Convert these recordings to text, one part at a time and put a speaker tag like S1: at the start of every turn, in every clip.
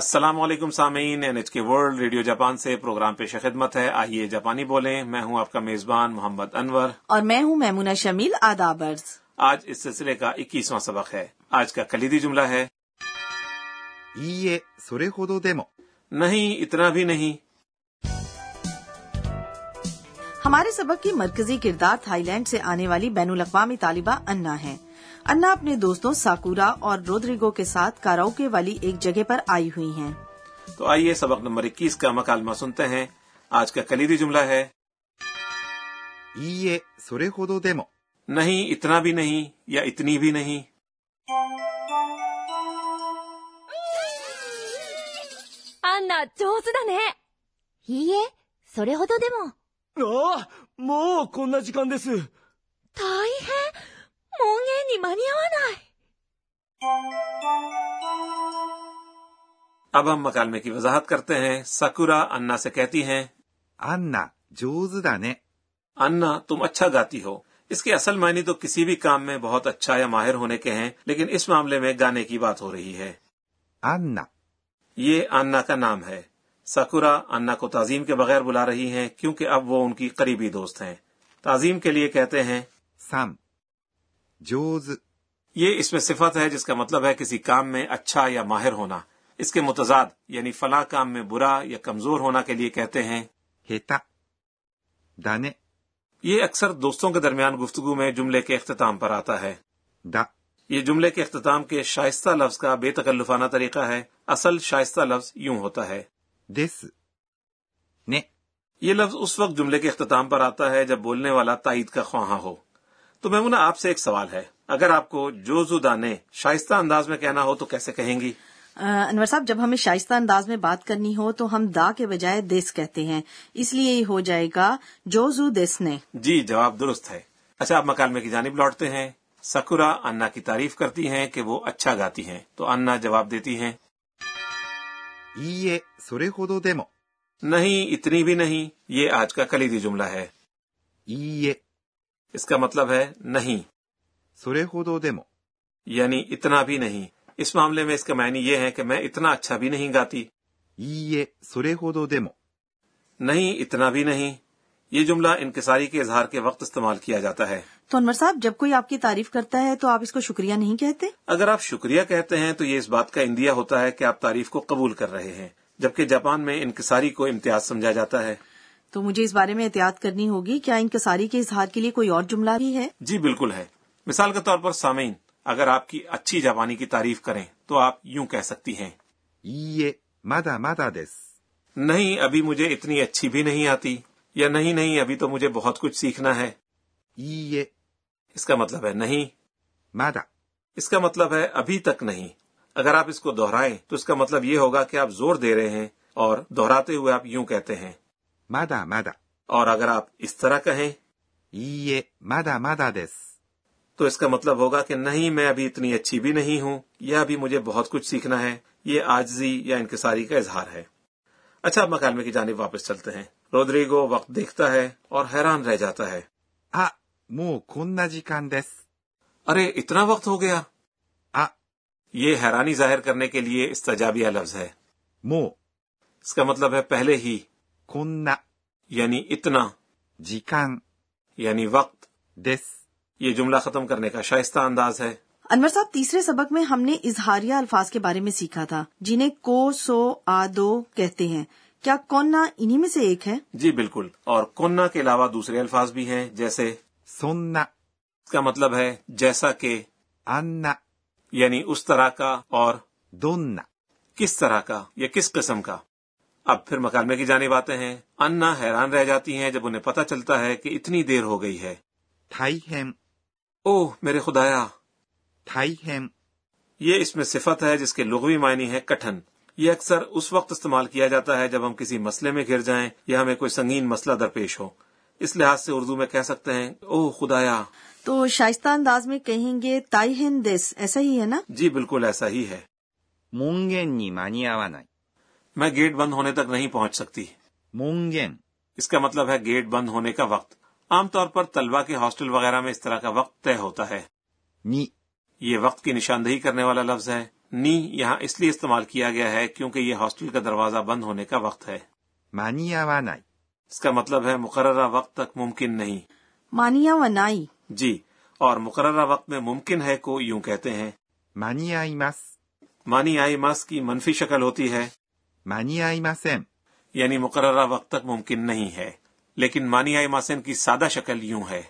S1: السلام علیکم سامعین N H K world radio Japan سے پروگرام پیش خدمت ہے آئیے جاپانی بولیں میں ہوں آپ کا میزبان محمد انور
S2: اور میں ہوں میمونہ شمیل آدابرز
S1: آج اس سلسلے کا اکیسواں سبق ہے آج کا کلیدی جملہ ہے
S3: いいえ、それほどでも。
S1: نہیں اتنا بھی نہیں
S2: ہمارے سبق کی مرکزی کردار تھائی لینڈ سے آنے والی بین الاقوامی طالبہ انا ہے انا اپنے دوستوں ساکورا اور رودریگو کے ساتھ کاراوکے والی ایک جگہ پر آئی ہوئی ہیں
S1: تو آئیے سبق نمبر اکیس کا مکالمہ سنتے ہیں آج کا کلیدی جملہ ہے
S3: いいえ、それほどでも。
S1: نہیں اتنا بھی نہیں یا اتنی بھی نہیں
S4: Anna 上手だね。いいえ、それほどでも。
S5: ああ、もうこんな時間です。
S4: 大変。門限に間に合わない。
S1: اب ہم مکالمے کی وضاحت کرتے ہیں سکورا انا سے کہتی ہیں
S3: アンナ、上手だね。
S1: انا تم اچھا گاتی ہو اس کے اصل معنی تو کسی بھی کام میں بہت اچھا یا ماہر ہونے کے ہیں لیکن اس معاملے میں گانے کی بات ہو رہی ہے
S3: アンナ、
S1: یہ انا کا نام ہے ساکورا انا کو تعظیم کے بغیر بلا رہی ہیں کیونکہ اب وہ ان کی قریبی دوست ہیں تعظیم کے لیے کہتے ہیں
S3: さん。上手、
S1: یہ اس میں صفت ہے جس کا مطلب ہے کسی کام میں اچھا یا ماہر ہونا اس کے متضاد یعنی فلاں کام میں برا یا کمزور ہونا کے لیے کہتے ہیں
S3: 下手。だね、
S1: یہ اکثر دوستوں کے درمیان گفتگو میں جملے کے اختتام پر آتا ہے
S3: だ。
S1: یہ جملے کے اختتام کے شائستہ لفظ کا بے تکلفانہ طریقہ ہے اصل شائستہ لفظ یوں ہوتا ہے
S3: です。ね、
S1: یہ لفظ اس وقت جملے کے اختتام پر آتا ہے جب بولنے والا تائید کا خواہاں ہو تو میمونہ آپ سے ایک سوال ہے اگر آپ کو جوزو دانے شائستہ انداز میں کہنا ہو تو کیسے کہیں گی
S2: آ، انور صاحب جب ہمیں شائستہ انداز میں بات کرنی ہو تو ہم دا کے بجائے دیس کہتے ہیں اس لیے یہ ہو جائے گا جوزو دیس نے
S1: جی جواب درست ہے اچھا آپ مکالمے کی جانب لوٹتے ہیں سکورا انا کی تعریف کرتی ہیں کہ وہ اچھا گاتی ہیں تو انا جواب دیتی ہیں
S3: いいえ、それほどでも。
S1: نہیں اتنی بھی نہیں یہ آج کا کلیدی جملہ ہے
S3: いいえ、
S1: اس کا مطلب ہے نہیں
S3: それほどでも。
S1: یعنی اتنا بھی نہیں اس معاملے میں اس کا معنی یہ ہے کہ میں اتنا اچھا بھی نہیں گاتی
S3: いいえ、それほどでも。
S1: نہیں اتنا بھی نہیں یہ جملہ انکساری کے اظہار کے وقت استعمال کیا جاتا ہے
S2: تو انور صاحب جب کوئی آپ کی تعریف کرتا ہے تو آپ اس کو شکریہ نہیں کہتے
S1: اگر آپ شکریہ کہتے ہیں تو یہ اس بات کا اندیا ہوتا ہے کہ آپ تعریف کو قبول کر رہے ہیں جبکہ جاپان میں انکساری کو امتیاز سمجھا جاتا ہے
S2: تو مجھے اس بارے میں احتیاط کرنی ہوگی کیا انکساری کے اظہار کے لیے کوئی اور جملہ بھی ہے
S1: جی بالکل ہے مثال کے طور پر سامعین اگر آپ کی اچھی جاپانی کی تعریف کریں تو آپ یوں کہہ سکتی ہیں
S3: いいえ、まだまだです。
S1: نہیں ابھی مجھے اتنی اچھی بھی نہیں آتی یا نہیں نہیں ابھی تو مجھے بہت کچھ سیکھنا ہے
S3: いいえ、
S1: اس کا مطلب ہے نہیں
S3: まだ、
S1: اس کا مطلب ہے ابھی تک نہیں اگر آپ اس کو دہرائیں تو اس کا مطلب یہ ہوگا کہ آپ زور دے رہے ہیں اور دہراتے ہوئے آپ یوں کہتے ہیں
S3: まだまだ。
S1: اور اگر آپ اس طرح کہیں
S3: いいえ、まだまだです。
S1: تو اس کا مطلب ہوگا کہ نہیں میں ابھی اتنی اچھی بھی نہیں ہوں یا ابھی مجھے بہت کچھ سیکھنا ہے یہ آجزی یا انکساری کا اظہار ہے اچھا اب مکالمے کی جانب واپس چلتے ہیں رودریگو وقت دیکھتا ہے اور حیران رہ جاتا ہے
S3: あ、もうこんな時間です。
S1: ارے اتنا وقت ہو گیا
S3: あ、
S1: یہ حیرانی ظاہر کرنے کے لیے استجابیہ لفظ ہے
S3: もう、
S1: اس کا مطلب ہے پہلے ہی
S3: こんな、
S1: یعنی اتنا
S3: 時間、
S1: یعنی وقت
S3: です。
S1: یہ جملہ ختم کرنے کا شائستہ انداز ہے
S2: انور صاحب تیسرے سبق میں ہم نے اظہاریہ الفاظ کے بارے میں سیکھا تھا جنہیں کو سو آدو کہتے ہیں کیا کونا انہی میں سے ایک ہے
S1: جی بالکل اور کونا کے علاوہ دوسرے الفاظ بھی ہیں جیسے اس
S3: そんな、
S1: کا مطلب ہے جیسا کہ
S3: あんな、
S1: یعنی اس طرح کا اور
S3: どんな、
S1: کس طرح کا یا کس قسم کا اب پھر مکالمے کی جانب آتے ہیں انا حیران رہ جاتی ہیں جب انہیں پتہ چلتا ہے کہ اتنی دیر ہو گئی ہے
S3: 大変、
S1: اوہ میرے خدایا
S3: 大変、
S1: یہ اس میں صفت ہے جس کے لغوی معنی ہے کٹھن یہ اکثر اس وقت استعمال کیا جاتا ہے جب ہم کسی مسئلے میں گر جائیں یا ہمیں کوئی سنگین مسئلہ درپیش ہو اس لحاظ سے اردو میں کہہ سکتے ہیں اوہ خدایا
S2: تو شائستہ انداز میں کہیں گے تائی ہند دیس ایسا ہی ہے نا
S1: جی بالکل ایسا ہی ہے
S3: 門限に間に合わない。
S1: میں گیٹ بند ہونے تک نہیں پہنچ سکتی
S3: 門限、
S1: اس کا مطلب ہے گیٹ بند ہونے کا وقت عام طور پر طلبہ کے ہاسٹل وغیرہ میں اس طرح کا وقت طے ہوتا ہے
S3: に、
S1: یہ وقت کی نشاندہی کرنے والا لفظ ہے نی یہاں اس لیے استعمال کیا گیا ہے کیونکہ یہ ہاسٹل کا دروازہ بند ہونے کا وقت ہے
S3: 間に合わない、
S1: اس کا مطلب ہے مقررہ وقت تک ممکن نہیں
S2: مانیا و نائی
S1: جی اور مقررہ وقت میں ممکن ہے کو یوں کہتے ہیں
S3: 間に合います、
S1: مانی آئی ماس کی منفی شکل ہوتی ہے
S3: 間に合いません、
S1: یعنی مقررہ وقت تک ممکن نہیں ہے لیکن مانی آئی ماسن کی سادہ شکل یوں ہے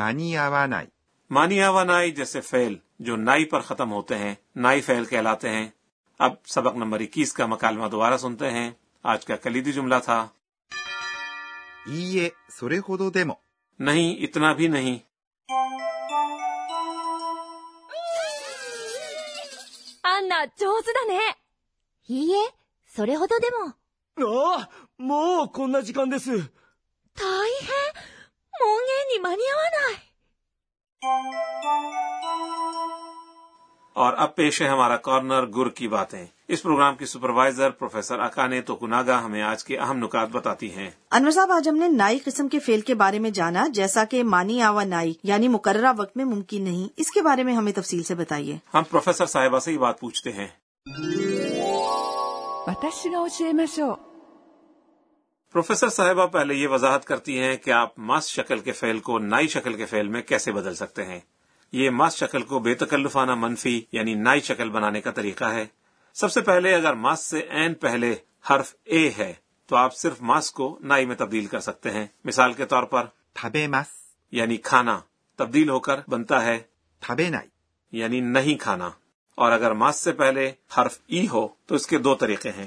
S3: 間に合わない、
S1: مانی آوا نائی جیسے فعل جو نائی پر ختم ہوتے ہیں نائی فعل کہلاتے ہیں اب سبق نمبر اکیس کا مکالمہ دوبارہ سنتے ہیں آج کا کلیدی جملہ تھا
S3: いいえ、それほどでも、
S1: نہیں اتنا بھی نہیں
S4: アンナ上手だねいいえ、それほどでも。
S5: ああ、もうこんな時間です。
S4: 大変門限に間に合わない
S1: اور اب پیش ہے ہمارا کارنر گر کی باتیں اس پروگرام کی سپروائزر پروفیسر اکانے توکناگا ہمیں آج کے اہم نکات بتاتی ہیں
S2: انور صاحب آج ہم نے نائی قسم کے فیل کے بارے میں جانا جیسا کہ مانی آوا نائی یعنی مقررہ وقت میں ممکن نہیں اس کے بارے میں ہمیں تفصیل سے بتائیے
S1: ہم پروفیسر صاحبہ سے یہ بات پوچھتے ہیں
S6: 私が教えましょう
S1: پروفیسر صاحبہ پہلے یہ وضاحت کرتی ہیں کہ آپ ماس شکل کے فعل کو نائی شکل کے فعل میں کیسے بدل سکتے ہیں یہ ماس شکل کو بے تکلفانہ منفی یعنی نائی شکل بنانے کا طریقہ ہے سب سے پہلے اگر ماس سے این پہلے حرف اے ہے تو آپ صرف ماس کو نائی میں تبدیل کر سکتے ہیں مثال کے طور پر
S3: 食べます、
S1: یعنی کھانا تبدیل ہو کر بنتا ہے
S3: 食べない、
S1: یعنی نہیں کھانا اور اگر ماس سے پہلے حرف ای ہو تو اس کے دو طریقے ہیں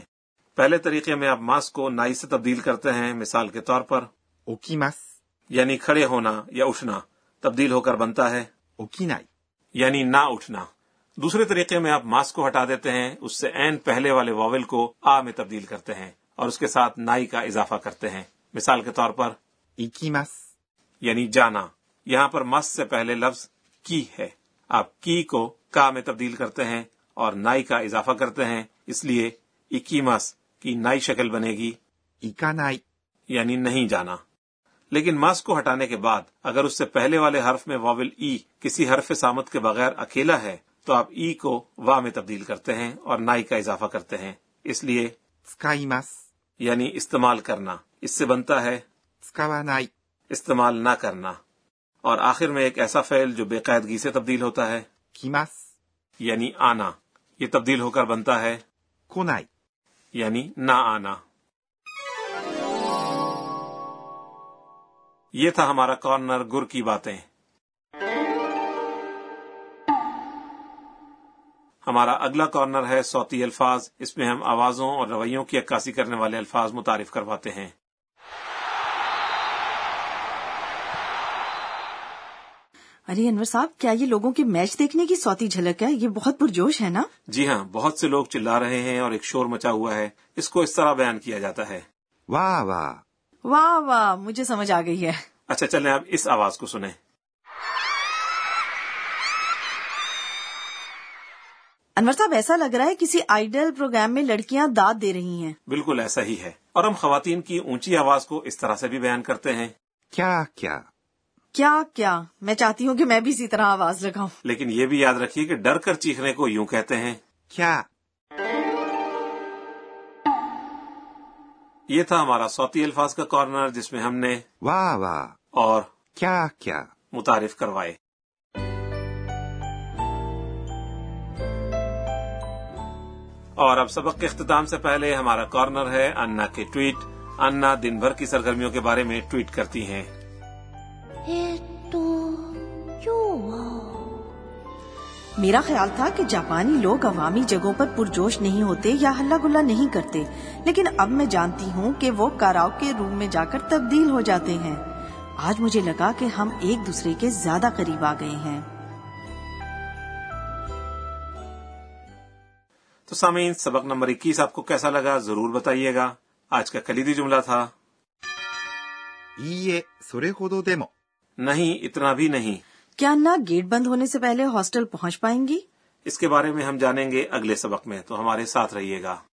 S1: پہلے طریقے میں آپ ماس کو نائی سے تبدیل کرتے ہیں مثال کے طور پر
S3: 起きます、
S1: یعنی کھڑے ہونا یا اٹھنا تبدیل ہو کر بنتا ہے
S3: 起きない、
S1: یعنی نہ اٹھنا دوسرے طریقے میں آپ ماس کو ہٹا دیتے ہیں اس سے این پہلے والے واول کو آ میں تبدیل کرتے ہیں اور اس کے ساتھ نائی کا اضافہ کرتے ہیں مثال کے طور پر
S3: 行きます、
S1: یعنی جانا یہاں پر مس سے پہلے لفظ کی ہے آپ کی کو کا میں تبدیل کرتے ہیں اور نائی کا اضافہ کرتے ہیں اس لیے اکی مس کی نائی شکل بنے گی
S3: 行かない、
S1: یعنی نہیں جانا لیکن ماس کو ہٹانے کے بعد اگر اس سے پہلے والے حرف میں واول ای کسی حرف سامت کے بغیر اکیلا ہے تو آپ ای کو وا میں تبدیل کرتے ہیں اور نائی کا اضافہ کرتے ہیں اس لیے
S3: 使います、
S1: یعنی استعمال کرنا اس سے بنتا ہے
S3: 使わない、
S1: استعمال نہ کرنا اور آخر میں ایک ایسا فعل جو بے قاعدگی سے تبدیل ہوتا ہے
S3: 来ます、
S1: یعنی آنا یہ تبدیل ہو کر بنتا ہے
S3: 来ない、
S1: یعنی نہ آنا یہ تھا ہمارا کارنر گر کی باتیں ہمارا اگلا کارنر ہے صوتی الفاظ اس میں ہم آوازوں اور رویوں کی عکاسی کرنے والے الفاظ متعارف کرواتے ہیں
S2: ارے انور صاحب کیا یہ لوگوں کے میچ دیکھنے کی سوتی جھلک ہے یہ بہت پرجوش ہے نا
S1: جی ہاں بہت سے لوگ چلا رہے ہیں اور ایک شور مچا ہوا ہے اس کو اس طرح بیان کیا جاتا ہے
S3: わーわ
S2: واہ واہ مجھے سمجھ آ گئی ہے
S1: اچھا چلیں آپ اس آواز کو سنیں
S2: انور صاحب ایسا لگ رہا ہے کسی آئیڈل پروگرام میں لڑکیاں داد دے رہی ہیں
S1: بالکل ایسا ہی ہے اور ہم خواتین کی اونچی آواز کو اس طرح سے بھی بیان کرتے ہیں
S3: ー、キャーキャー、
S2: کیا کیا میں چاہتی ہوں کہ میں بھی اسی طرح آواز لگاؤں
S1: لیکن یہ بھی یاد رکھیے کہ ڈر کر چیخنے کو یوں کہتے ہیں
S3: キャー、
S1: یہ تھا ہمارا صوتی الفاظ کا کارنر جس میں ہم نے
S3: わーわ
S1: اور
S3: ー、キャーキャー、
S1: متعارف کروائے اور اب سبق کے اختتام سے پہلے ہمارا کارنر ہے انا کے ٹویٹ انا دن بھر کی سرگرمیوں کے بارے میں ٹویٹ کرتی ہیں
S4: えーっと、今日は。
S2: میرا خیال تھا کہ جاپانی لوگ عوامی جگہوں پر پرجوش نہیں ہوتے یا ہلا گلا نہیں کرتے لیکن اب میں جانتی ہوں کہ وہ کاراؤ کے روم میں جا کر تبدیل ہو جاتے ہیں آج مجھے لگا کہ ہم ایک دوسرے کے زیادہ قریب آ گئے ہیں
S1: تو سامعین سبق نمبر اکیس آپ کو کیسا لگا ضرور بتائیے گا آج کا کلیدی جملہ تھا
S3: いいえ、それほどでも、
S1: نہیں اتنا بھی نہیں
S2: کیا نہ گیٹ بند ہونے سے پہلے ہاسٹل پہنچ پائیں گی
S1: اس کے بارے میں ہم جانیں گے اگلے سبق میں تو ہمارے ساتھ رہیے گا